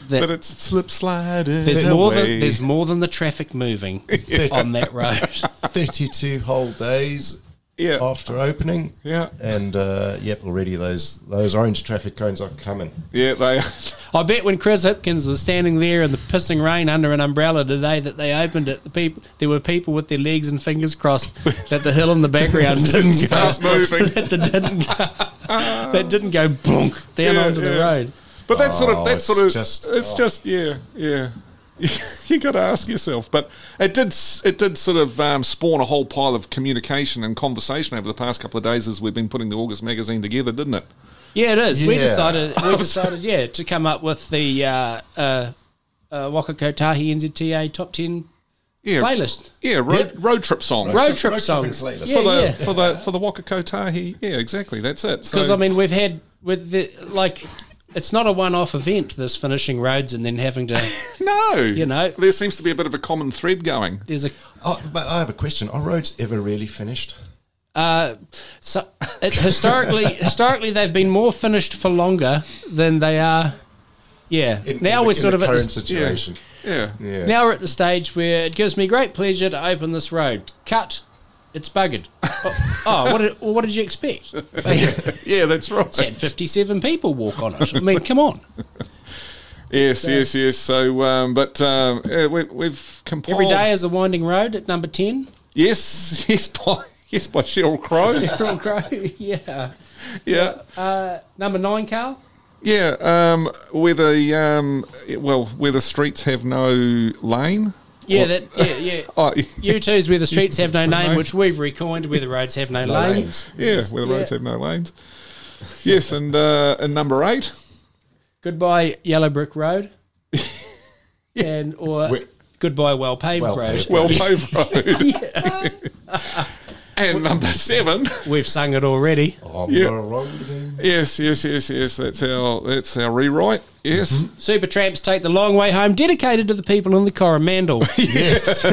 that
But it's slip sliding.
there's more
away.
than there's more than the traffic
[laughs]
moving on that road.
32 whole days
yeah.
after opening.
Yeah.
And uh, yep, already those those orange traffic cones are coming.
Yeah, they
I bet when Chris Hipkins was standing there in the pissing rain under an umbrella today that they opened it, the people there were people with their legs and fingers crossed that the hill in the
[laughs]
background didn't go
starts moving.
[laughs] that didn't go that didn't go blunk down
Yeah,
onto the
yeah.
road.
[laughs] But that's sort
Oh,
of that's
it's
sort of
just-
it's
oh.
just yeah yeah. [laughs] you got to ask yourself, but it did s- it did sort of um, spawn a whole pile of communication and conversation over the past couple of days as we've been putting the August magazine together, didn't it?
Yeah, it is. We
Yeah.
decided.
[laughs] Oh,
We decided. Yeah, to come up with the uh, uh, uh, Waka Kotahi NZTA top ten
Yeah,
playlist,
yeah, road,
Yep.
road trip songs
road trip
tripping
songs.
playlist.
for the
yeah.
for the for the Waka Kotahi. Yeah, exactly. That's it.
Because
So-
I mean, we've had with the like, it's not a one-off event. This finishing roads and then having to. [laughs]
no, you
know.
there seems to be a bit of a common thread going.
There's a
Oh, but I have a question. Are roads ever really finished?
uh, so it, historically, historically they've been more finished for longer than they are. Yeah.
In-
now
in the-
we're
in
sort
the
of at the
current
s-
situation.
Yeah, yeah.
Yeah.
now we're at the stage where it gives me great pleasure to open this road. Cut. It's buggered. oh, oh, what did well, what did you
[laughs]
expect?
that's right.
It's had fifty-seven people walk on it. I mean, come on.
Yes, yes, yes. So, um, but um, yeah, we, we've compiled
Every day is a winding road at number ten.
Yes, [laughs] yes, by yes by Cheryl Crow.
[laughs] Earl Crow. yeah.
yeah,
Uh, Number nine, Carl.
yeah. Um, where the um, well, where the streets have no lane.
Yeah, that yeah, yeah.
Oh, [laughs] yeah,
You two's where the streets have no name, which we've recoined where the roads have no,
Lanes.
lane.
yeah, where the roads
Yeah.
have no lanes. Yes, and uh, and number eight.
Goodbye Yellow Brick Road. And or
We-
goodbye well paved
Well
road.
paved.
Well, Cove Road.
[laughs]
[laughs] and number seven.
We've sung it already.
Oh,
Yeah.
we're wrong again.
Yes, yes, yes, yes. That's our that's our rewrite. Yes.
Mm-hmm.
Super tramps take the long way home, dedicated to the people in the Coromandel. yes.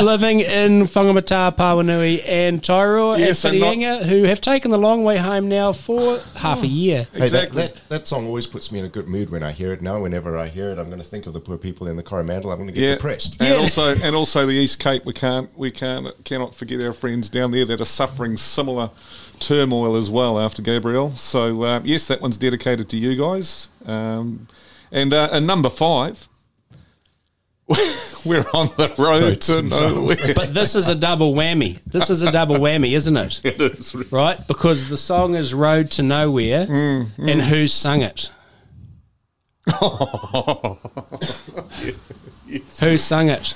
[laughs] Living in Whangamata, Pawanui and Tairua
Yes,
and
and not-
Whiringa, who have taken the long way home now for half a year.
Hey, that,
Exactly.
that, that song always puts me in a good mood when I hear it. Now, whenever I hear it, I'm going to think of the poor people in the Coromandel. I'm going to get depressed.
And
[laughs]
also, and also the East Cape. We can't, we can't, cannot forget our friends down there that are suffering similar turmoil as well after Gabriel. So uh, yes, that one's dedicated to you guys. Um, and uh, and number five, [laughs] we're on the road to nowhere.
But this is a double whammy. This is a double whammy, isn't it? It is. Right? Because the song is Road to Nowhere,
Mm,
and who sung it? Who sung it?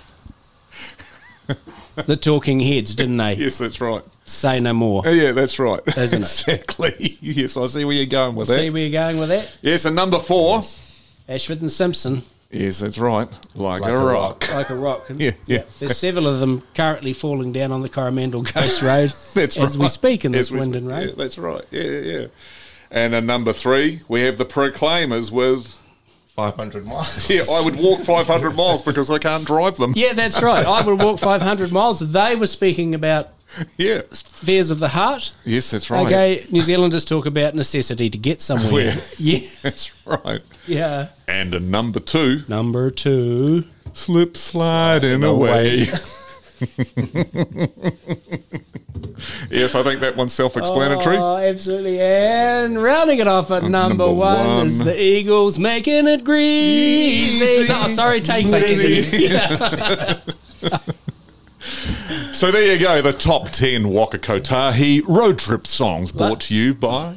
the talking heads, didn't they?
[laughs] Yes, that's right.
Say no more.
Oh, yeah, that's right. [laughs]
Isn't it?
exactly. Yes, I see where you're going with
See
that.
where you're going with that?
Yes, and number four.
Ashford and Simpson,
Yes, that's right. Like, a rock.
like a rock.
[laughs] Yeah, yeah.
There's several of them currently falling down on the Coromandel Coast Road
[laughs] That's right.
as we speak in this
As we
wind
speak.
and
Yeah,
rain.
that's right. Yeah, yeah, yeah. And at number three, we have the Proclaimers with.
[laughs]
500 miles.
Yeah, I would walk 500 miles because I can't drive them.
Yeah, that's right. I would walk 500 miles. They were speaking about
Yeah.
fears of the heart.
Yes, that's right.
Okay, New Zealanders talk about necessity to get somewhere.
[laughs] Where-
Yeah,
[laughs] That's right.
yeah.
And at number two,
Number two.
slip
[laughs]
sliding away. [laughs] yes, I think that one's self explanatory.
Oh, absolutely. And rounding it off at number,
number
one, is
one.
the Eagles making it greasy.
Easy.
No, sorry, taking
Take
it
it
easy.
easy. [laughs] So there you go, the top 10 Waka Kotahi road trip songs brought to you by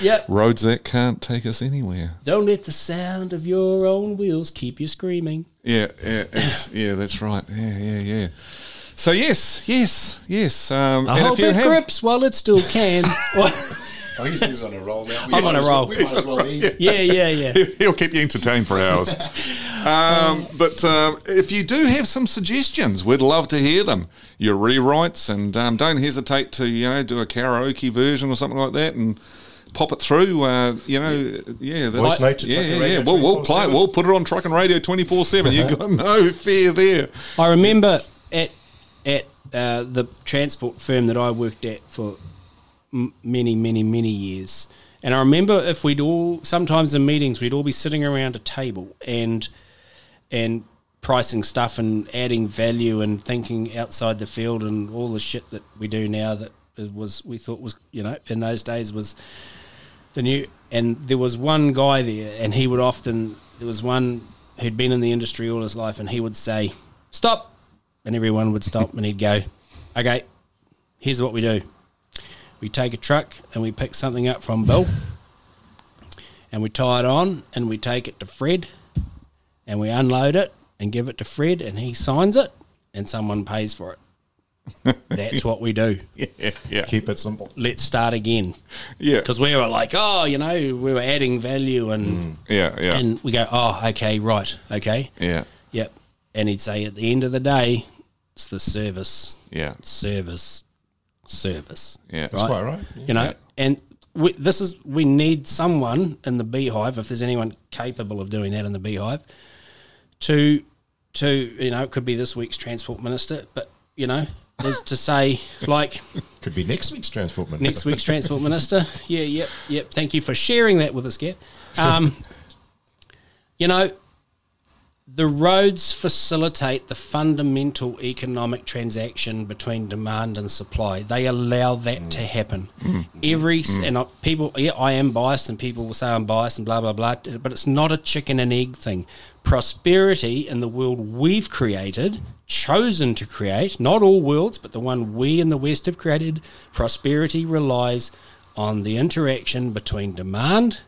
Yep.
Roads That Can't Take Us Anywhere.
Don't let the sound of your own wheels keep you screaming.
Yeah, yeah, it's- yeah, that's right. Yeah, yeah, yeah. So yes, yes, yes. Um,
I
and
hope
if you
it
have-
grips while it still
[laughs]
can.
Oh, he's, he's on a roll now. We
I'm on
might
a
as well-
roll.
We might as well
[laughs]
leave.
yeah, yeah, yeah.
[laughs] He'll keep you entertained for hours. Um, but um, if you do have some suggestions, we'd love to hear them. Your rewrites, and um, don't hesitate to you know do a karaoke version or something like that, and pop it through. Uh, you know, yeah, that's-
Voice note to
yeah,
Trucking
yeah,
Radio
yeah. We'll, we'll play. it.
24/7.
We'll put it on truck and radio twenty four seven. You got [laughs] no fear there.
I remember at at uh, the transport firm that I worked at for m- many, many, many years, and I remember if we'd all sometimes in meetings we'd all be sitting around a table and and pricing stuff and adding value and thinking outside the field and all the shit that we do now that it was we thought was you know in those days was the new and there was one guy there and he would often there was one who'd been in the industry all his life and he would say stop and everyone would stop and he'd go okay here's what we do we take a truck and we pick something up from bill and we tie it on and we take it to fred and we unload it and give it to fred and he signs it and someone pays for it that's what we do
Yeah, yeah,
Keep it simple.
let's start again
yeah,
because we were like oh you know we were adding value and
yeah, yeah,
and we go, oh, okay, right, okay,
yeah,
yep. And he'd say, at the end of the day, it's the service,
yeah,
service, service.
yeah.
Right.
Quite right.
You know, and we, this is we need someone in the beehive, if there's anyone capable of doing that in the beehive, to to you know, it could be this week's transport minister, but you know, is to say like
Could be next week's transport minister.
next week's transport minister. Yeah, yep, yep. Thank you for sharing that with us, Gav. Um, you know, the roads facilitate the fundamental economic transaction between demand and supply. They allow that to happen. Every s and I, people, yeah, I am biased, and people will say I'm biased and blah blah blah. But it's not a chicken and egg thing. Prosperity in the world we've created, chosen to create, not all worlds, but the one we in the West have created, prosperity relies on the interaction between demand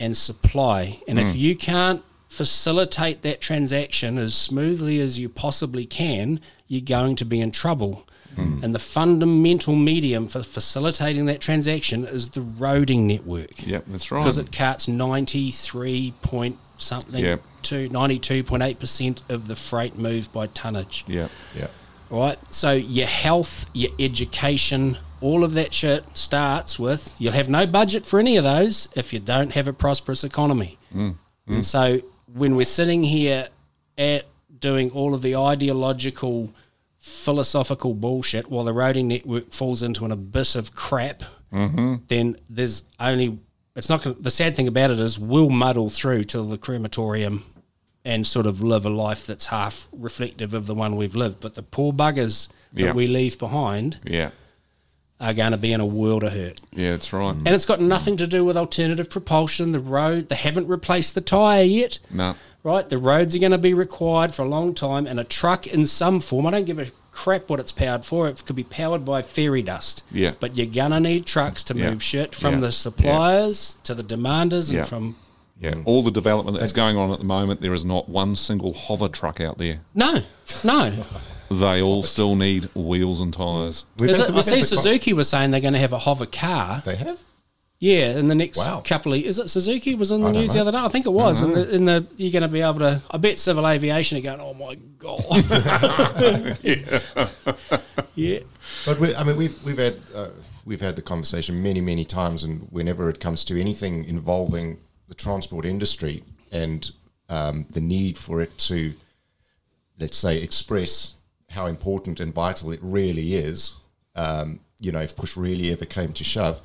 and supply. And
Mm.
if you can't facilitate that transaction as smoothly as you possibly can, you're going to be in trouble.
Mm.
And the fundamental medium for facilitating that transaction is the roading network
Yeah, that's right.
because it cuts 93 point something
Yep.
to 92.8% of the freight moved by tonnage
yeah,
Yeah.
right? So your health, your education, all of that shit starts with you'll have no budget for any of those if you don't have a prosperous economy. And so when we're sitting here at doing all of the ideological, philosophical bullshit while the roading network falls into an abyss of crap, then there's only it's not gonna, the sad thing about it is we'll muddle through till the crematorium and sort of live a life that's half reflective of the one we've lived. But the poor buggers
Yeah.
that we leave behind
yeah,
are going to be in a world of hurt.
yeah. That's right.
And it's got nothing to do with alternative propulsion, the road. They haven't replaced the tyre yet,
No.
right? The roads are going to be required for a long time, and a truck in some form. I don't give a crap what it's powered for. It could be powered by fairy dust.
Yeah.
But you're going to need trucks to
Yeah.
move shit from
Yeah.
the suppliers to the demanders
Yeah.
and from
Yeah, Mm. all the development that's going on at the moment, there is not one single hover truck out there.
No, no.
They all still need wheels and tyres.
We've
Is
had
it-
the-
I
we've
see
had the co-
Suzuki was saying they're going to have a hover car.
They have.
Yeah, in the next
Wow.
couple of is it Suzuki was in the
I don't
news the
know. Mm-hmm.
other day. I think it was. In the, in the you're going to be able to. I bet civil aviation are going. Oh my
[laughs]
god. [laughs] yeah.
But we, I mean, we've we've had uh, we've had the conversation many many times, and whenever it comes to anything involving the transport industry and um, the need for it to, let's say, express how important and vital it really is. Um, you know, if push really ever came to shove,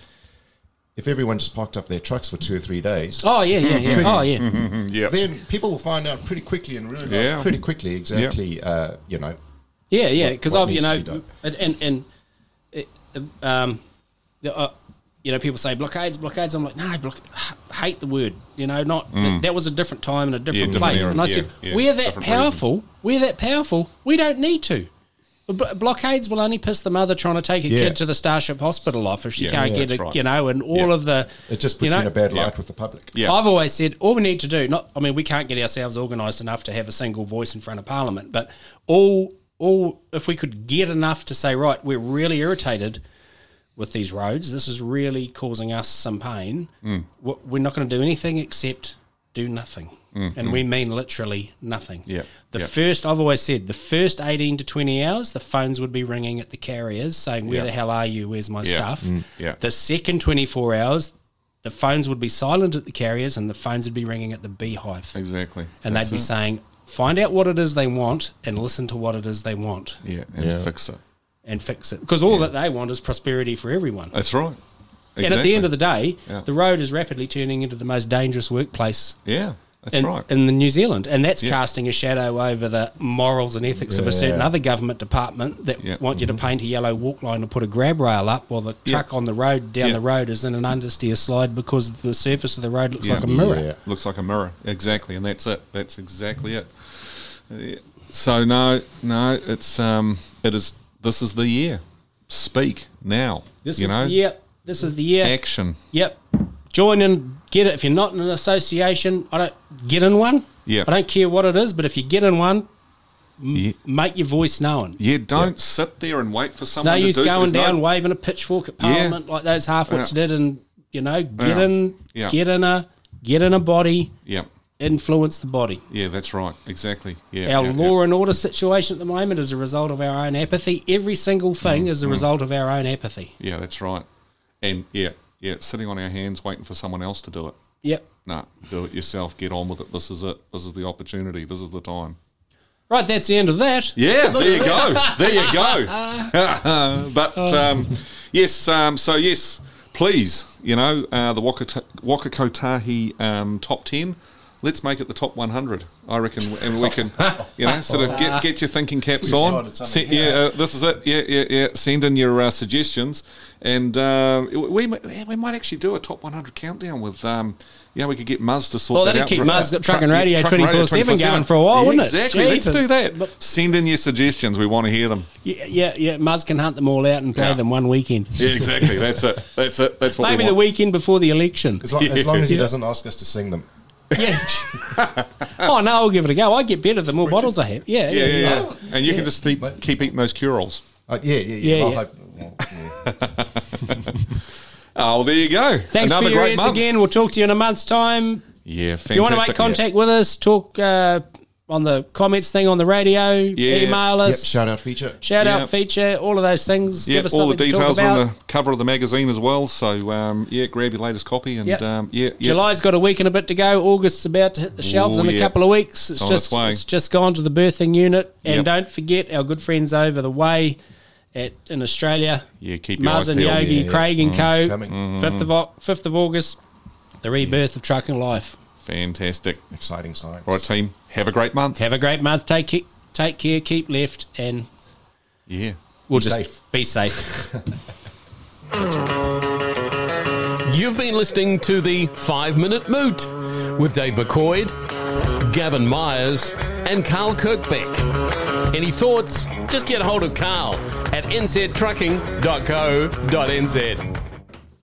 if everyone just parked up their trucks for two or three days,
Oh yeah, yeah, yeah. Oh yeah.
[laughs] Yeah,
then people will find out pretty quickly and realize
Yeah.
pretty quickly exactly. Uh, you know,
Yeah, yeah. Because
what
I've you
needs to
know,
be done.
and and, and it, um, the, uh, you know, people say blockades, blockades. I'm like, no, block, hate the word. You know, not
Mm.
that, was a different time and a different
different
place.
era,
and I
yeah,
said,
yeah,
we're that
different
powerful. We're that powerful. We don't need to. Bl- blockades will only piss the mother trying to take a
Yeah.
kid to the Starship Hospital off if she
Yeah,
can't
yeah,
get
that's
it.
right.
You know, and all
Yeah.
of the
it just puts you,
know,
in a bad light
Yeah.
with the public.
Yeah.
I've always said all we need to do. Not, I mean, we can't get ourselves organised enough to have a single voice in front of Parliament, but all, all, if we could get enough to say, right, we're really irritated with these roads. This is really causing us some pain.
Mm.
we- We're not going to do anything except do nothing, and we mean literally nothing.
Mm-hmm. Yeah,
The
yeah.
first, I've always said, the first eighteen to twenty hours, the phones would be ringing at the carriers saying, "Where the hell are you? Where's my
Yeah. Mm.
stuff?"
yeah.
The second 24 hours, the phones would be silent at the carriers and the phones would be ringing at the beehive.
exactly.
And
That's
they'd be
it.
saying, find out what it is they want and listen to what it is they want
yeah, and fix it.
and fix it. Because all that they want is prosperity for everyone.
That's right. Exactly.
And at the end of the day,
Yeah.
the road is rapidly turning into the most dangerous workplace
yeah, that's
in,
right.
in the New Zealand, and that's
Yeah.
casting a shadow over the morals and ethics of a certain
Yeah.
other government department that
Yeah. Mm-hmm.
want you to paint a yellow walk line or put a grab rail up, while the
Yeah.
truck on the road down
Yeah.
the road is in an understeer slide because the surface of the road looks
Yeah.
like a mirror.
Yeah.
Looks like a mirror. Exactly, and that's it. That's exactly it. Yeah. So no, no, it's um, it is. This is the year. Speak now.
This
you
is
know,
the year. This is the year.
action.
Yep. Join in, get it. If you're not in an association, I don't get in one.
Yeah.
I don't care what it is, but if you get in one,
Yeah.
make your voice known.
Yeah, don't sit there and wait for
It's no
someone to
use
do
going
it's no-
down waving a pitchfork at
Yeah.
Parliament like those halfwits
Yeah.
did, and you know, get
Yeah.
in,
Yeah.
get in a, get in a body,
Yeah,
influence the body.
yeah, that's right. Exactly. Yeah.
Our
yeah,
law and order situation at the moment is a result of our own apathy. Every single thing
Mm,
is a result of our own apathy.
Yeah. yeah, that's right. And yeah, yeah, sitting on our hands waiting for someone else to do it.
Yep.
No, do it yourself. Get on with it. This is it. This is the opportunity. This is the time.
Right, that's the end of that.
[laughs]
Yeah, there you go. There you go. [laughs] but um, yes, um, so yes, please, you know, uh, the Waka, Ta- Waka Kotahi um, top 10. Let's make it the top 100, I reckon, and we can, you know, sort of get, get your thinking caps on.
started something
Se- yeah,
here.
uh, this is it. Yeah, yeah, yeah. Send in your uh, suggestions, and uh, we mi- yeah, we might actually do a top 100 countdown with, um, you know, we could get Muzz to sort
Well,
that
that'd
out.
keep
for-
Muzz got Truck and Radio
Truck
24/7 going for a while, wouldn't it?
Exactly. Let's do
Jeepers.
that. Send in your suggestions. We want to hear them.
Yeah, yeah, yeah. Muzz can hunt them all out and play
Yeah.
them one weekend.
Yeah, exactly. That's it. That's it. That's what
Maybe
we
the
want.
weekend before the election.
As long, as, long as he
[laughs] Yeah.
doesn't ask us to sing them.
Yeah. [laughs] oh no, I'll give it a go. I get better the more bottles I have. Yeah, yeah,
Yeah, yeah, yeah.
Oh.
And you can just keep, keep eating those curals.
Uh, yeah, yeah, yeah.
Yeah,
Well,
yeah.
hope- well, yeah.
Oh, well, there you go.
Thanks
Another
for your
great
ears
month.
again. We'll talk to you in a month's time.
Yeah, fantastic.
If you want to make contact with us, talk uh, on the comments thing on the radio, email
Yep,
us,
shout out feature.
shout
Yeah.
out feature, all of those things.
Yeah,
Give us
all the
something
details
to talk
are
about.
on the cover of the magazine as well. So um, yeah, grab your latest copy and
Yep.
um, yeah, yeah.
July's got a week and a bit to go. August's about to hit the shelves
Ooh,
in a
yeah.
couple of weeks. It's
It's on
just
its way.
it's just gone to the birthing unit, and
Yep.
don't forget our good friends over the way at in Australia.
Yeah, keep your
Mars
eyes
and
peeled. Mm-hmm.
Yogi,
Yeah. Mm,
Craig and
It's
Co.
coming.
Fifth of Au- fifth of August, the rebirth of trucking life.
Fantastic.
Exciting times.
All right, team. Have a great month.
Have a great month. Take ke- take care. Keep left, and
Yeah.
we'll
Be
just
safe.
be safe.
You've been listening to the Five Minute Moot with Dave McCoyd, Gavin Myers, and Carl Kirkbeck. Any thoughts? Just get hold of Carl at nztrucking.co.nz.